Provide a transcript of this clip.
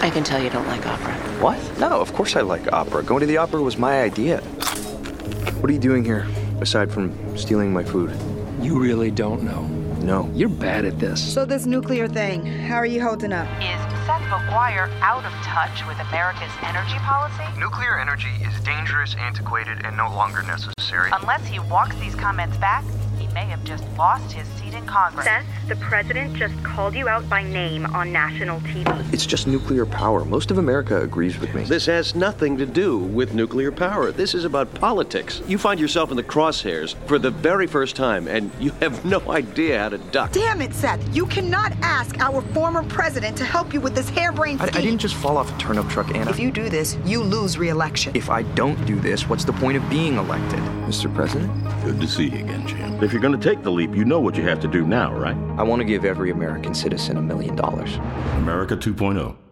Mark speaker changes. Speaker 1: I can tell you don't like opera.
Speaker 2: What? No, of course I like opera. Going to the opera was my idea. What are you doing here, aside from stealing my food?
Speaker 3: You really don't know.
Speaker 2: No.
Speaker 3: You're bad at this.
Speaker 4: So this nuclear thing, how are you holding up?
Speaker 5: Is Seth McGuire out of touch with America's energy policy?
Speaker 6: Nuclear energy is dangerous, antiquated, and no longer necessary.
Speaker 4: Um,
Speaker 5: Unless he walks these comments back, he may have just lost his seat in Congress.
Speaker 7: Seth, the president just called you out by name on national TV.
Speaker 2: It's just nuclear power. Most of America agrees with me.
Speaker 8: This has nothing to do with nuclear power. This is about politics. You find yourself in the crosshairs for the very first time, and you have no idea how to duck.
Speaker 4: Damn it, Seth! You cannot ask our former president to help you with this harebrained
Speaker 2: I, I
Speaker 4: scheme.
Speaker 2: didn't just fall off a turnip truck, Anna.
Speaker 4: If you do this, you lose re-election.
Speaker 2: If I don't do this, what's the point of being elected? Mr. President?
Speaker 9: Good to see you again, Jim. If you're going to take the leap, you know what you have to do now, right?
Speaker 2: I want to give every American citizen a million dollars.
Speaker 9: America 2.0.